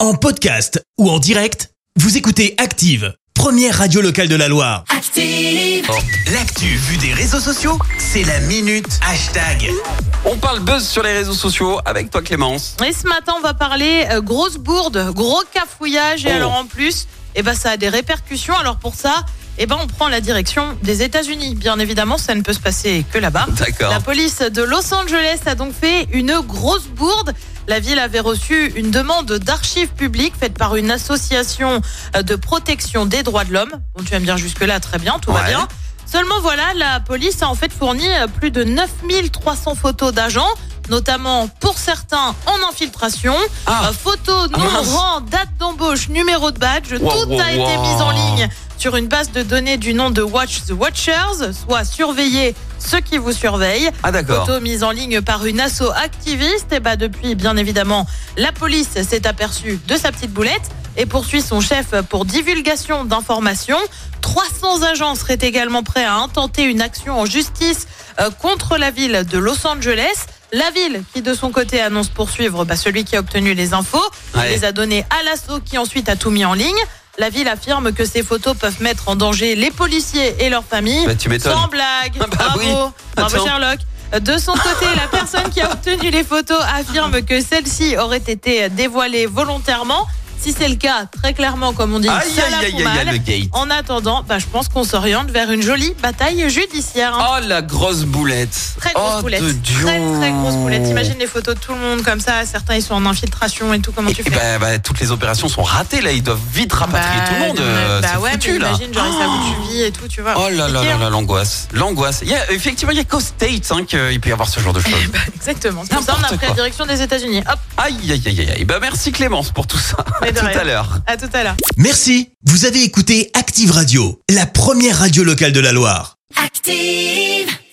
En podcast ou en direct, vous écoutez Active, première radio locale de la Loire. Active. L'actu vue des réseaux sociaux, c'est la minute hashtag. On parle buzz sur les réseaux sociaux avec toi Clémence. Et ce matin, on va parler euh, grosse bourde, gros cafouillage. Et Oh. alors en plus, eh ben, ça a des répercussions. Alors pour ça, eh ben, on prend la direction des États-Unis. Bien évidemment, ça ne peut se passer que là-bas. D'accord. La police de Los Angeles a donc fait une grosse bourde. La ville avait reçu une demande d'archives publiques faite par une association euh, de protection des droits de l'homme. Bon, tu vas me dire jusque-là, très bien, tout va Ouais. bien. Seulement voilà, la police a en fait fourni euh, plus de 9300 photos d'agents, notamment pour certains en infiltration. Ah. Euh, Photos, Ah, nom, mince. rang, date d'embauche, numéro de badge, Wow, tout wow, a été wow. mis en ligne sur une base de données du nom de Watch the Watchers, soit surveiller ceux qui vous surveillent. Ah d'accord. Photo mise en ligne par une asso activiste. Et bah depuis, bien évidemment, la police s'est aperçue de sa petite boulette et poursuit son chef pour divulgation d'informations. 300 agents seraient également prêts à intenter une action en justice euh, contre la ville de Los Angeles. La ville qui, de son côté, annonce poursuivre bah, celui qui a obtenu les infos. Ouais. Il les a donnés à l'assaut qui ensuite a tout mis en ligne. La ville affirme que ces photos peuvent mettre en danger les policiers et leurs familles. Bah, tu m'étonnes. Sans blague. Ah bah bravo. oui. Bravo Attends. Sherlock. Euh, De son côté, la personne qui a obtenu les photos affirme que celles-ci auraient été dévoilées volontairement. Si c'est le cas, très clairement, comme on dit, Aïe ça la aïe fout aïe aïe mal. aïe, le gate. En attendant, bah, je pense qu'on s'oriente vers une jolie bataille judiciaire. hein. Oh la grosse boulette. Très grosse oh, boulette. de Dieu. Très très grosse boulette. Imagine les photos de tout le monde comme ça. Certains ils sont en infiltration et tout. Comment Et, tu et fais bah, bah, toutes les opérations sont ratées là, ils doivent vite rapatrier Bah, tout le monde. ouais, euh, bah c'est ouais, foutu mais là. imagine genre ils savent où tu vis et hein, tout, tu vois. Oh là là C'est là clair. là, l'angoisse. L'angoisse. Il y a- Effectivement, il n'y a qu'aux States hein, qu'il peut y avoir ce genre de choses. bah. Exactement. C'est pour ça on a N'importe pris la quoi. direction des États-Unis. Hop, Aïe aïe aïe aïe. Bah, merci Clémence pour tout ça. Mais à de tout rien. à l'heure. à tout à l'heure. Merci, vous avez écouté Active Radio, la première radio locale de la Loire. Active.